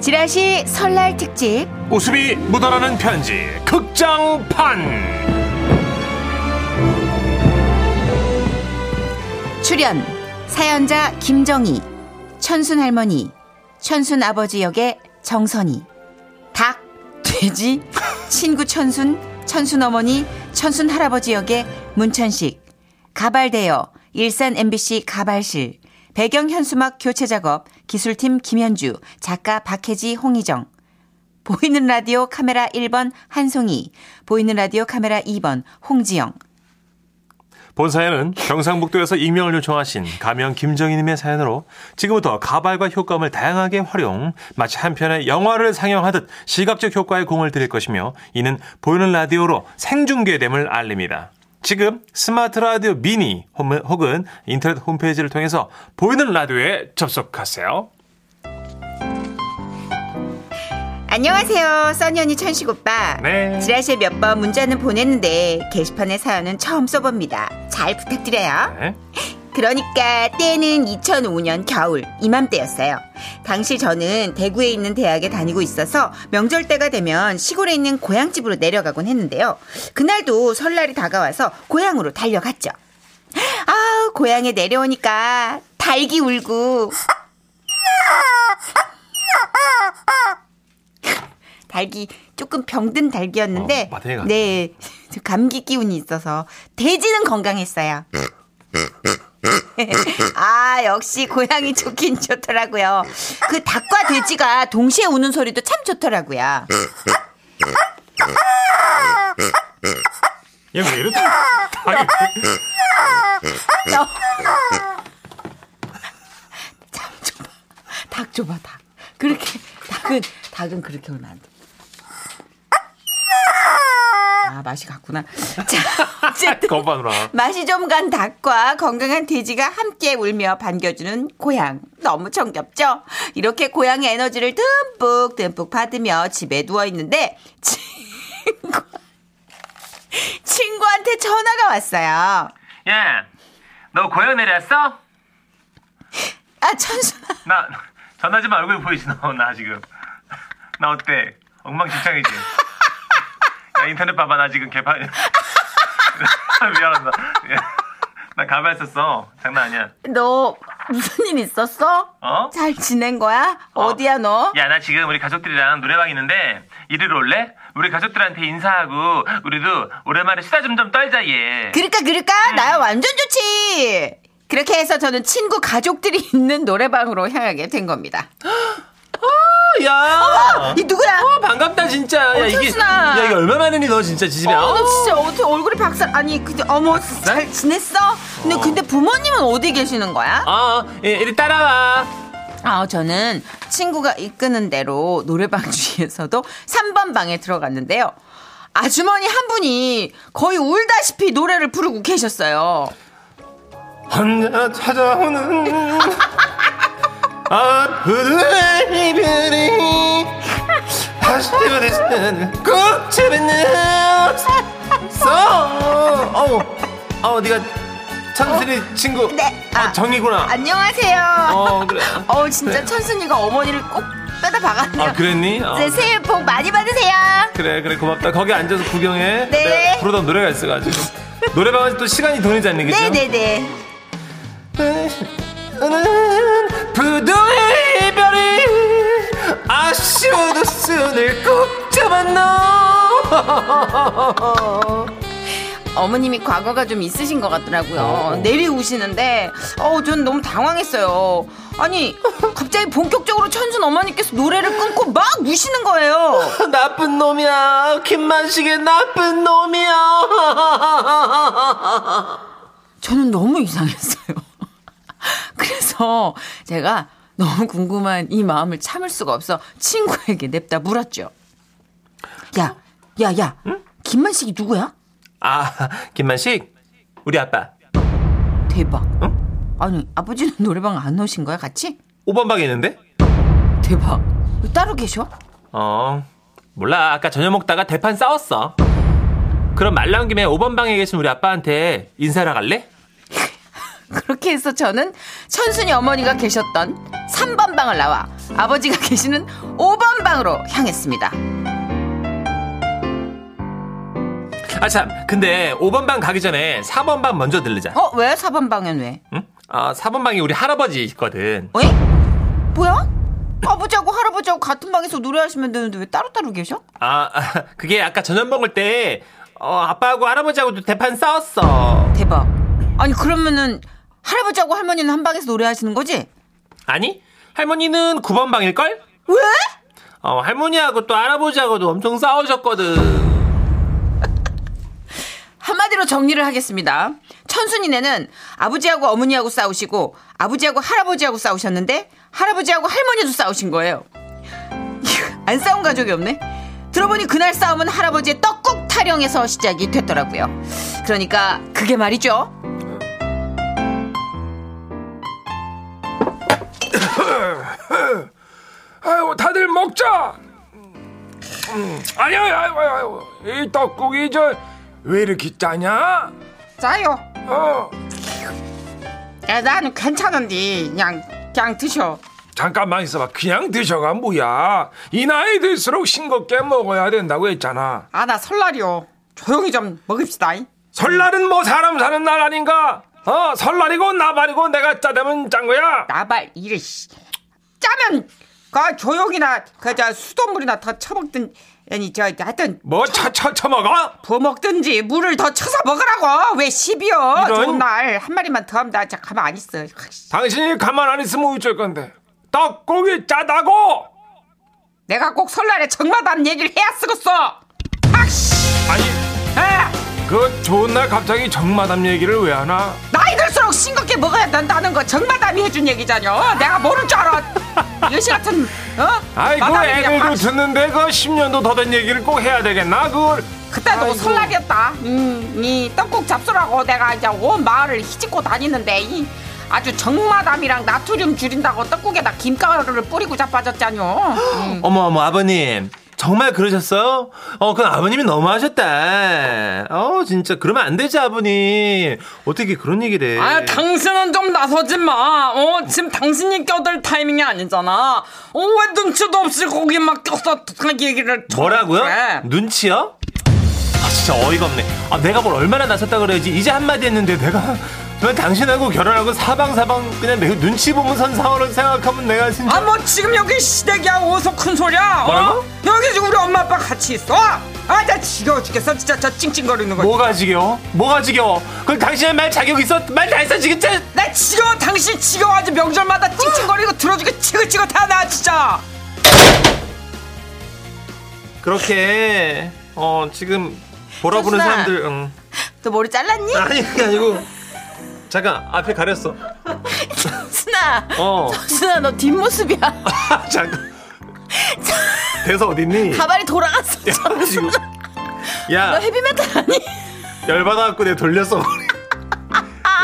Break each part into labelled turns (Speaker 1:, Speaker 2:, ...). Speaker 1: 지라시 설날 특집
Speaker 2: 웃음이 묻어나는 편지 극장판
Speaker 1: 출연 사연자 김정희, 천순 할머니, 천순 아버지 역의 정선이, 닭, 돼지, 친구 천순, 천순 어머니, 천순 할아버지 역의 문천식, 가발대여 일산 MBC 가발실, 배경 현수막 교체 작업 기술팀 김현주, 작가 박혜지 홍희정. 보이는 라디오 카메라 1번 한송이, 보이는 라디오 카메라 2번 홍지영,
Speaker 2: 본 사연은 경상북도에서 익명을 요청하신 가명 김정희님의 사연으로 지금부터 가발과 효과음을 다양하게 활용 마치 한편의 영화를 상영하듯 시각적 효과에 공을 들일 것이며 이는 보이는 라디오로 생중계됨을 알립니다. 지금 스마트 라디오 미니 홈- 혹은 인터넷 홈페이지를 통해서 보이는 라디오에 접속하세요.
Speaker 1: 안녕하세요. 써니언니 천식 오빠.
Speaker 2: 네.
Speaker 1: 지라시에 몇 번 문자는 보냈는데 게시판에 사연은 처음 써봅니다. 잘 부탁드려요.
Speaker 2: 네.
Speaker 1: 그러니까 때는 2005년 겨울 이맘때였어요. 당시 저는 대구에 있는 대학에 다니고 있어서 명절 때가 되면 시골에 있는 고향집으로 내려가곤 했는데요. 그날도 설날이 다가와서 고향으로 달려갔죠. 아, 고향에 내려오니까 닭이 울고 닭이 조금 병든 닭이었는데
Speaker 2: 어, 마탱이가.
Speaker 1: 네. 감기 기운이 있어서 돼지는 건강했어요. 아, 역시 고양이 좋긴 좋더라고요. 그 닭과 돼지가 동시에 우는 소리도 참 좋더라고요.
Speaker 2: 얘왜 이렇게 닭이
Speaker 1: 너- 참 좁아. 닭 좁아, 닭. 그렇게, 닭은, 닭은 그렇게 울면 안 돼. 아, 맛이 갔구나. 자, 어쨌든.
Speaker 2: 거봐 누나.
Speaker 1: 맛이 좀 간 닭과 건강한 돼지가 함께 울며 반겨주는 고향. 너무 정겹죠? 이렇게 고향의 에너지를 듬뿍 듬뿍 받으며 집에 누워있는데 친구, 친구한테 전화가 왔어요.
Speaker 3: 야, 예. 너 고향 내렸어?
Speaker 1: 아 천순아
Speaker 3: 나 전화 좀 얼굴 보이지 너 나 지금 나 어때? 엉망진창이지. 야 인터넷 봐봐 나 지금 개판. 미안하다. 야, 나 가발 썼어. 장난 아니야.
Speaker 1: 너 무슨 일 있었어?
Speaker 3: 어?
Speaker 1: 잘 지낸 거야? 어. 디야
Speaker 2: 아, 예.
Speaker 1: 너?
Speaker 3: 야 나 지금 우리 가족들이랑 노래방 있는데 이리로 올래? 우리 가족들한테 인사하고 우리도 오랜만에 수다 좀 좀 떨자 얘.
Speaker 1: 그럴까 그럴까?
Speaker 2: 음.
Speaker 1: 나야 완전 좋지. 그렇게 해서 저는 친구 가족들이 있는 노래방으로 향하게 된 겁니다.
Speaker 2: 아, 야.
Speaker 1: 이 누구야?
Speaker 2: 반갑다 진짜. 야 이게
Speaker 1: 천순아.
Speaker 2: 야 이게 얼마 만이니 너 진짜 집에.
Speaker 1: 어, 나 진짜 어떻게 얼굴이 박살 아니 근데 어머
Speaker 2: 네?
Speaker 1: 잘 지냈어? 근데 근데 부모님은 어디 계시는 거야?
Speaker 2: 아, 예, 이리 따라와.
Speaker 1: 아 저는 친구가 이끄는 대로 노래방 중에서도 3번 방에 들어갔는데요. 아주머니 한 분이 거의 울다시피 노래를 부르고 계셨어요.
Speaker 2: 혼자 찾아오는 아프던 이별이 다시 부르는 꼭 잡았네. 써. 어우, 어, 네가 천순이 친구.
Speaker 1: 네,
Speaker 2: 아,
Speaker 1: 아.
Speaker 2: 정이구나.
Speaker 1: 안녕하세요. 어,
Speaker 2: 어, 그래.
Speaker 1: 진짜 천순이가 어머니를 꼭 빼다 박았네요.
Speaker 2: 아, 그랬니? 어.
Speaker 1: 이제 새해 복 많이 받으세요.
Speaker 2: 그래 그래 고맙다 거기 앉아서 구경해
Speaker 1: 네.
Speaker 2: 내가 부르던 노래가 있어가지고 노래방은 또 시간이 돈이잖니 그죠?
Speaker 1: 네네네.
Speaker 2: 오늘은 부도의 이별이 아쉬운 웃음을 꼭 잡았노
Speaker 1: 어머님이 과거가 좀 있으신 것 같더라고요.
Speaker 2: 어.
Speaker 1: 내리우시는데, 어우, 전 너무 당황했어요. 아니, 갑자기 본격적으로 천순 어머니께서 노래를 끊고 막 우시는 거예요.
Speaker 2: 나쁜 놈이야 김만식의 나쁜 놈이야
Speaker 1: 저는 너무 이상했어요. 그래서 제가 너무 궁금한 이 마음을 참을 수가 없어 친구에게 냅다 물었죠. 야, 야, 야. 김만식이 누구야?
Speaker 2: 아 김만식 우리 아빠
Speaker 1: 대박. 아니, 아버지는 노래방 안 오신 거야, 같이?
Speaker 2: 5번 방에 있는데?
Speaker 1: 대박. 왜 따로 계셔?
Speaker 2: 어 몰라 아까 저녁 먹다가 대판 싸웠어 그럼 말 나온 김에 5번 방에 계신 우리 아빠한테 인사하러 갈래?
Speaker 1: 그렇게 해서 저는 천순이 어머니가 계셨던 3번 방을 나와 아버지가 계시는 5번 사방으로 향했습니다.
Speaker 2: 아참 근데 5번 방 가기 전에 4번 방 먼저 들르자
Speaker 1: 어, 왜? 4번 방엔 왜?
Speaker 2: 응? 아 4번 방이 우리 할아버지거든
Speaker 1: 어 뭐야? 아버지하고 할아버지하고 같은 방에서 노래하시면 되는데 왜 따로따로 계셔?
Speaker 2: 아, 아, 그게 아까 저녁 먹을 때 어, 아빠하고 할아버지하고도 대판 싸웠어
Speaker 1: 대박. 아니, 그러면은 할아버지하고 할머니는 한 방에서 노래하시는 거지?
Speaker 2: 아니 할머니는 9번 방일걸?
Speaker 1: 왜?
Speaker 2: 어, 할머니하고 또 할아버지하고도 엄청 싸우셨거든
Speaker 1: 한마디로 정리를 하겠습니다. 천순이네는 아버지하고 어머니하고 싸우시고 아버지하고 할아버지하고 싸우셨는데 할아버지하고 할머니도 싸우신 거예요. 안 싸운 가족이 없네. 들어보니 그날 싸움은 할아버지의 떡국 타령에서 시작이 됐더라고요. 그러니까 그게 말이죠.
Speaker 4: 아유 다들 먹자. 음, 아유 아유 아유 아유. 이 떡국이 저 왜 이렇게 짜냐?
Speaker 1: 짜요.
Speaker 4: 어
Speaker 1: 야, 나는 괜찮은데 그냥 그냥 드셔.
Speaker 4: 잠깐만 있어봐. 그냥 드셔가 뭐야? 이 나이 들수록 싱겁게 먹어야 된다고 했잖아.
Speaker 1: 아, 나 설날이요. 조용히 좀 먹읍시다.
Speaker 4: 설날은 뭐 사람 사는 날 아닌가? 어 설날이고 나발이고 내가 짜다면 짠 거야.
Speaker 1: 나발 이래 씨. 짜면 그 조용히나 그 저 수돗물이나 더 쳐먹든 아니 저 하여튼
Speaker 4: 뭐 차차차 먹어?
Speaker 1: 부어먹든지 물을 더 쳐서 먹으라고 왜 시비여
Speaker 4: 이런.
Speaker 1: 좋은 날 한 마리만 더 하면 나 진짜 가만 안 있어
Speaker 4: 당신이 가만 안 있으면 어쩔 건데. 떡국이 짜다고.
Speaker 1: 내가 꼭 설날에 정마담 얘기를 해야 쓰겠어 아씨
Speaker 4: 아니
Speaker 1: 에,
Speaker 4: 그 좋은 날 갑자기 정마담 얘기를 왜 하나?
Speaker 1: 나이 들수록 싱겁게 먹어야 된다는 거 정마담이 해준 얘기잖여 어, 내가 모를 줄 알아 여시 같은 어?
Speaker 4: 아이
Speaker 5: 뭐
Speaker 4: 그
Speaker 1: 마담이 그냥
Speaker 4: 애들도
Speaker 1: 확
Speaker 4: 듣는데 그 10년도 더 된 얘기를 꼭 해야 되겠나 그걸
Speaker 1: 그때도
Speaker 4: 아이고.
Speaker 1: 설날이었다. 음, 이 떡국 잡수라고 내가 이제 온 마을을 휘짓고 다니는데 이 아주 정마담이랑 나트륨 줄인다고 떡국에다 김가루를 뿌리고 자빠졌잖요. 음.
Speaker 2: 어머 어머 아버님 정말 그러셨어요? 어 그건 아버님이 너무하셨다 어 진짜 그러면 안 되지 아버님 어떻게 그런 얘기를 해
Speaker 5: 아, 당신은 좀 나서지 마. 어, 지금 당신이 껴들 타이밍이 아니잖아. 어, 왜 눈치도 없이 거기 막 껴서 그 얘기를. 쳐요,
Speaker 2: 뭐라고요?
Speaker 5: 그래?
Speaker 2: 눈치요? 아 진짜 어이가 없네. 아 내가 뭘 얼마나 나섰다 그래야지. 이제 한마디 했는데 내가 왜 당신하고 결혼하고 사방사방 그냥 내 눈치 보면 선 상황을 생각하면 내가 진짜
Speaker 5: 아, 뭐 지금 여기 시댁이야. 어서 큰 소리야.
Speaker 2: 뭐라고?
Speaker 5: 어? 여기 지금 우리 엄마 아빠 같이 있어. 아, 나 지겨워 죽겠어. 진짜 저 찡찡거리는 거.
Speaker 2: 뭐가 지겨워? 뭐가 지겨워? 그럼 당신의 말 자격 있어? 말 다 했어 지금 진짜.
Speaker 5: 나 지겨워. 당신 지겨워. 아주 명절마다 찡찡거리고 들어주게 지긋지긋하다, 나 진짜.
Speaker 2: 그렇게 어 지금 보라보는
Speaker 1: 천순아.
Speaker 2: 사람들 응.
Speaker 1: 너 머리 잘랐니?
Speaker 2: 아니 그게 아니고 잠깐 앞에 가렸어.
Speaker 1: 순아,
Speaker 2: 어 아,
Speaker 1: 순아 너 뒷모습이야.
Speaker 2: 잠깐. 대서 어딨니?
Speaker 1: 가발이 돌아갔어.
Speaker 2: 야, 지금. 야,
Speaker 1: 헤비메탈 아니?
Speaker 2: 열받아갖고 내가 돌렸어 머리.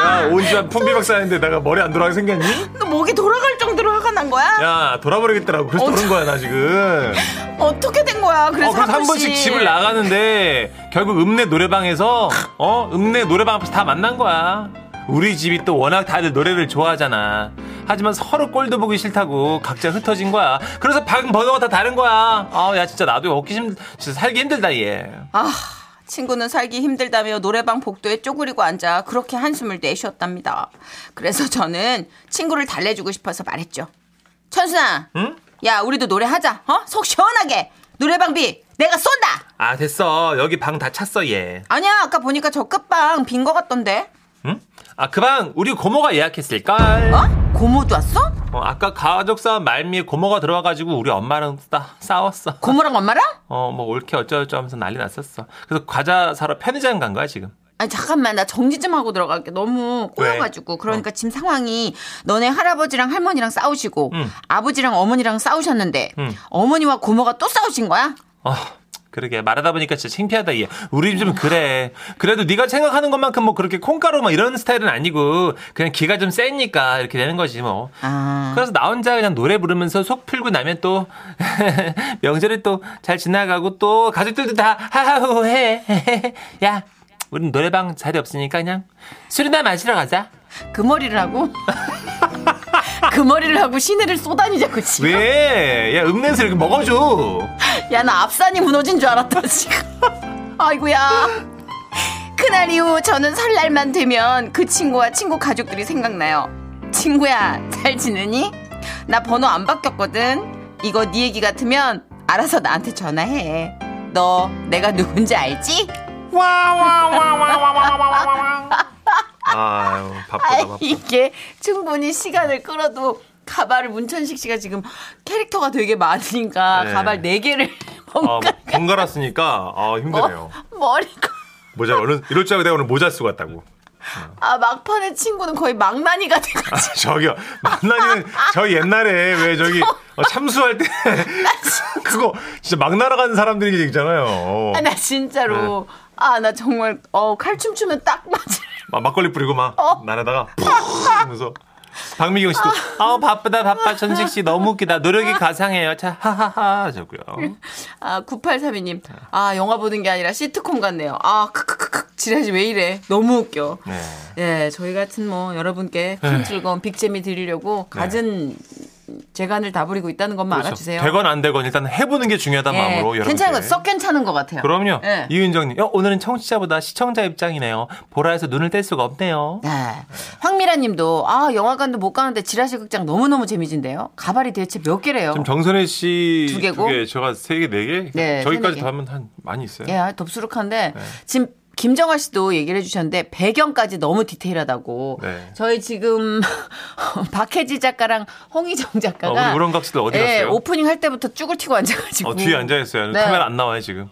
Speaker 2: 야 온주한 품비박사인데 내가 머리 안 돌아가게 생겼니?
Speaker 1: 아. 너 목이 돌아갈 정도로 화가 난 거야?
Speaker 2: 야 돌아버리겠더라고 그래서 그런 거야 나 지금
Speaker 1: 어떻게 된 거야? 그래서,
Speaker 2: 어 그래서 한 번씩 집을 나가는데 결국 읍내 노래방에서 어 읍내 노래방 앞에서 다 만난 거야 우리 집이 또 워낙 다들 노래를 좋아하잖아 하지만 서로 꼴도 보기 싫다고 각자 흩어진 거야 그래서 방 번호가 다 다른 거야 아 야 진짜 나도 얻기 힘 진짜 살기 힘들다 얘
Speaker 1: 아, 친구는 살기 힘들다며 노래방 복도에 쪼그리고 앉아 그렇게 한숨을 내쉬었답니다. 그래서 저는 친구를 달래주고 싶어서 말했죠. 천순아,
Speaker 2: 응?
Speaker 1: 야, 우리도 노래하자. 어? 속 시원하게. 노래방비 내가 쏜다.
Speaker 2: 아 됐어 여기 방 다 찼어 얘
Speaker 1: 아니야, 아까 보니까 저 끝방 빈 거 같던데.
Speaker 2: 응? 아 그 방 우리 고모가 예약했을걸
Speaker 1: 어? 고모도 왔어?
Speaker 2: 어, 아까 가족사 말미에 고모가 들어와가지고 우리 엄마랑 싸, 싸웠어.
Speaker 1: 고모랑 엄마랑?
Speaker 2: 어, 뭐 옳게 어쩌저쩌 하면서 난리 났었어. 그래서 과자 사러 편의점 간 거야 지금.
Speaker 1: 아니 잠깐만 나 정리 좀 하고 들어갈게 너무 꼬여가지고 그러니까 지금 상황이 너네 할아버지랑 할머니랑 싸우시고
Speaker 2: 음.
Speaker 1: 아버지랑 어머니랑 싸우셨는데
Speaker 2: 음.
Speaker 1: 어머니와 고모가 또 싸우신 거야?
Speaker 2: 어, 그러게 말하다 보니까 진짜 창피하다 얘. 우리 좀 그래. 그래도 네가 생각하는 것만큼 뭐 그렇게 콩가루 막 이런 스타일은 아니고 그냥 기가 좀 세니까 이렇게 되는 거지 뭐.
Speaker 1: 아.
Speaker 2: 그래서 나 혼자 그냥 노래 부르면서 속 풀고 나면 또 명절이 또 잘 지나가고 또 가족들도 다 하하호 해. 야, 우린 노래방 자리 없으니까 그냥 술이나 마시러 가자.
Speaker 1: 그 머리를 하고 그 그 머리를 하고 시내를 쏘다니자고 지금.
Speaker 2: 왜? 야, 예, 음냄새 이렇게 먹어줘.
Speaker 1: 야, 나 앞산이 무너진 줄 알았다, 지금. 아이고야. 그날 이후 저는 설날만 되면 그 친구와 친구 가족들이 생각나요. 친구야, 잘 지내니? 나 번호 안 바뀌었거든. 이거 네 얘기 같으면 알아서 나한테 전화해. 너 내가 누군지 알지?
Speaker 2: 아유,
Speaker 1: 아,
Speaker 2: 바쁘다, 바쁘다.
Speaker 1: 이게 충분히 시간을 끌어도 가발을 문천식 씨가 지금 캐릭터가 되게 많으니까
Speaker 2: 네.
Speaker 1: 가발 네개를
Speaker 2: 아,
Speaker 1: 뭔가 어,
Speaker 2: 번갈아 쓰니까 아, 힘드네요.
Speaker 1: 머리가
Speaker 2: 모자, 오늘, 이럴 줄 알고 내가 오늘 모자 쓰고 왔다고.
Speaker 1: 아 막판에 친구는 거의 망나니가 돼가지고
Speaker 2: 저기요, 만나는, 저 옛날에 왜 저기 어, 참수할 때 그거 진짜 막 날아가는 사람들이 있잖아요. 어,
Speaker 1: 아, 나
Speaker 2: 네.
Speaker 1: 진짜로 아 나 정말 어 칼춤 추면 딱 맞을
Speaker 2: 막 막걸리 뿌리고 막 날아다가 푹 하면서. 박미경 씨도 아 바쁘다 바빠 천식 씨 너무 웃기다 노력이 가상해요 자 하하하 저고요
Speaker 1: 아 9832님
Speaker 2: 네.
Speaker 1: 아 영화 보는 게 아니라 시트콤 같네요 아 크크크크 지라시 왜 이래 너무 웃겨
Speaker 2: 네.
Speaker 1: 예 저희 같은 뭐 여러분께 큰 즐거움 빅재미 드리려고
Speaker 2: 네.
Speaker 1: 가진 재간을 다 부리고 있다는 것만 알아주세요
Speaker 2: 되건 안 되건 일단 해보는 게 중요하다
Speaker 1: 예,
Speaker 2: 그렇죠. 마음으로 여러분
Speaker 1: 괜찮은 거썩 괜찮은 것 같아요
Speaker 2: 그럼요.
Speaker 1: 예.
Speaker 2: 이은정님, 어, 오늘은 청취자보다 시청자 입장이네요. 보라에서 눈을 뗄 수가 없네요.
Speaker 1: 네. 황미라 님도, 아, 영화관도 못 가는데 지라시 극장 너무너무 재미진데요? 가발이 대체 몇 개래요?
Speaker 2: 지금 정선혜 씨,
Speaker 1: 두 개고.
Speaker 2: 두 개, 제가 세 개, 네 개.
Speaker 1: 네, 세, 네
Speaker 2: 저기까지
Speaker 1: 개.
Speaker 2: 다 하면 한 많이 있어요.
Speaker 1: 예, 덥수룩한데
Speaker 2: 네.
Speaker 1: 지금 김정아 씨도 얘기를 해주셨는데 배경까지 너무 디테일하다고.
Speaker 2: 네.
Speaker 1: 저희 지금 박혜지 작가랑 홍희정 작가가
Speaker 2: 어, 우리 우렁각시들 어디
Speaker 1: 예,
Speaker 2: 갔어요?
Speaker 1: 오프닝 할 때부터 쭈글 튀고 앉아가지고
Speaker 2: 어, 뒤에 앉아있어요.
Speaker 1: 네.
Speaker 2: 카메라 안 나와요, 지금.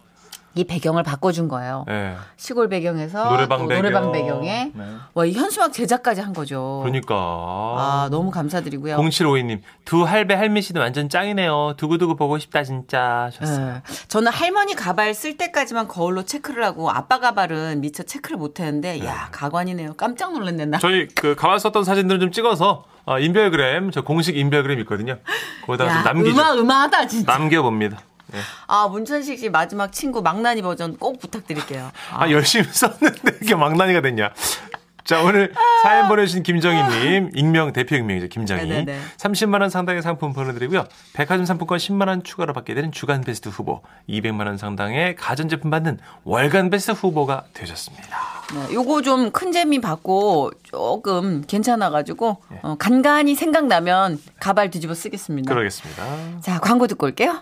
Speaker 1: 이 배경을 바꿔준 거예요.
Speaker 2: 예.
Speaker 1: 시골 배경에서
Speaker 2: 노래방
Speaker 1: 또
Speaker 2: 배경.
Speaker 1: 노래방 배경에
Speaker 2: 네.
Speaker 1: 와 이 현수막 제작까지 한 거죠.
Speaker 2: 그러니까.
Speaker 1: 어. 아 너무 감사드리고요.
Speaker 2: 0752님, 두 할배 할미씨도 완전 짱이네요. 두고두고 보고 싶다, 진짜. 하셨어요.
Speaker 1: 예. 저는 할머니 가발 쓸 때까지만 거울로 체크를 하고 아빠 가발은 미처 체크를 못했는데 야 가관이네요. 깜짝 놀랐네 나.
Speaker 2: 저희 그 가만 썼던 사진들을 좀 찍어서 아, 인별그램, 저 공식 인별그램 있거든요. 거기다가 좀
Speaker 1: 야,
Speaker 2: 남기죠.
Speaker 1: 음아 음아하다 진짜.
Speaker 2: 남겨봅니다. 예.
Speaker 1: 아 문천식 씨 마지막 친구 망나니 버전 꼭 부탁드릴게요.
Speaker 2: 아, 열심히 썼는데 이렇게 망나니가 됐냐. 자, 오늘 사연 보내주신 김정희님, 익명, 대표 익명이죠, 김정희.
Speaker 1: 네네네.
Speaker 2: 30만원 상당의 상품 보내드리고요. 백화점 상품권 10만원 추가로 받게 되는 주간 베스트 후보, 200만원 상당의 가전제품 받는 월간 베스트 후보가 되셨습니다.
Speaker 1: 네, 요거 좀 큰 재미 받고 조금 괜찮아가지고
Speaker 2: 예.
Speaker 1: 어, 간간히 생각나면 가발 뒤집어 쓰겠습니다.
Speaker 2: 그러겠습니다.
Speaker 1: 자 광고 듣고 올게요.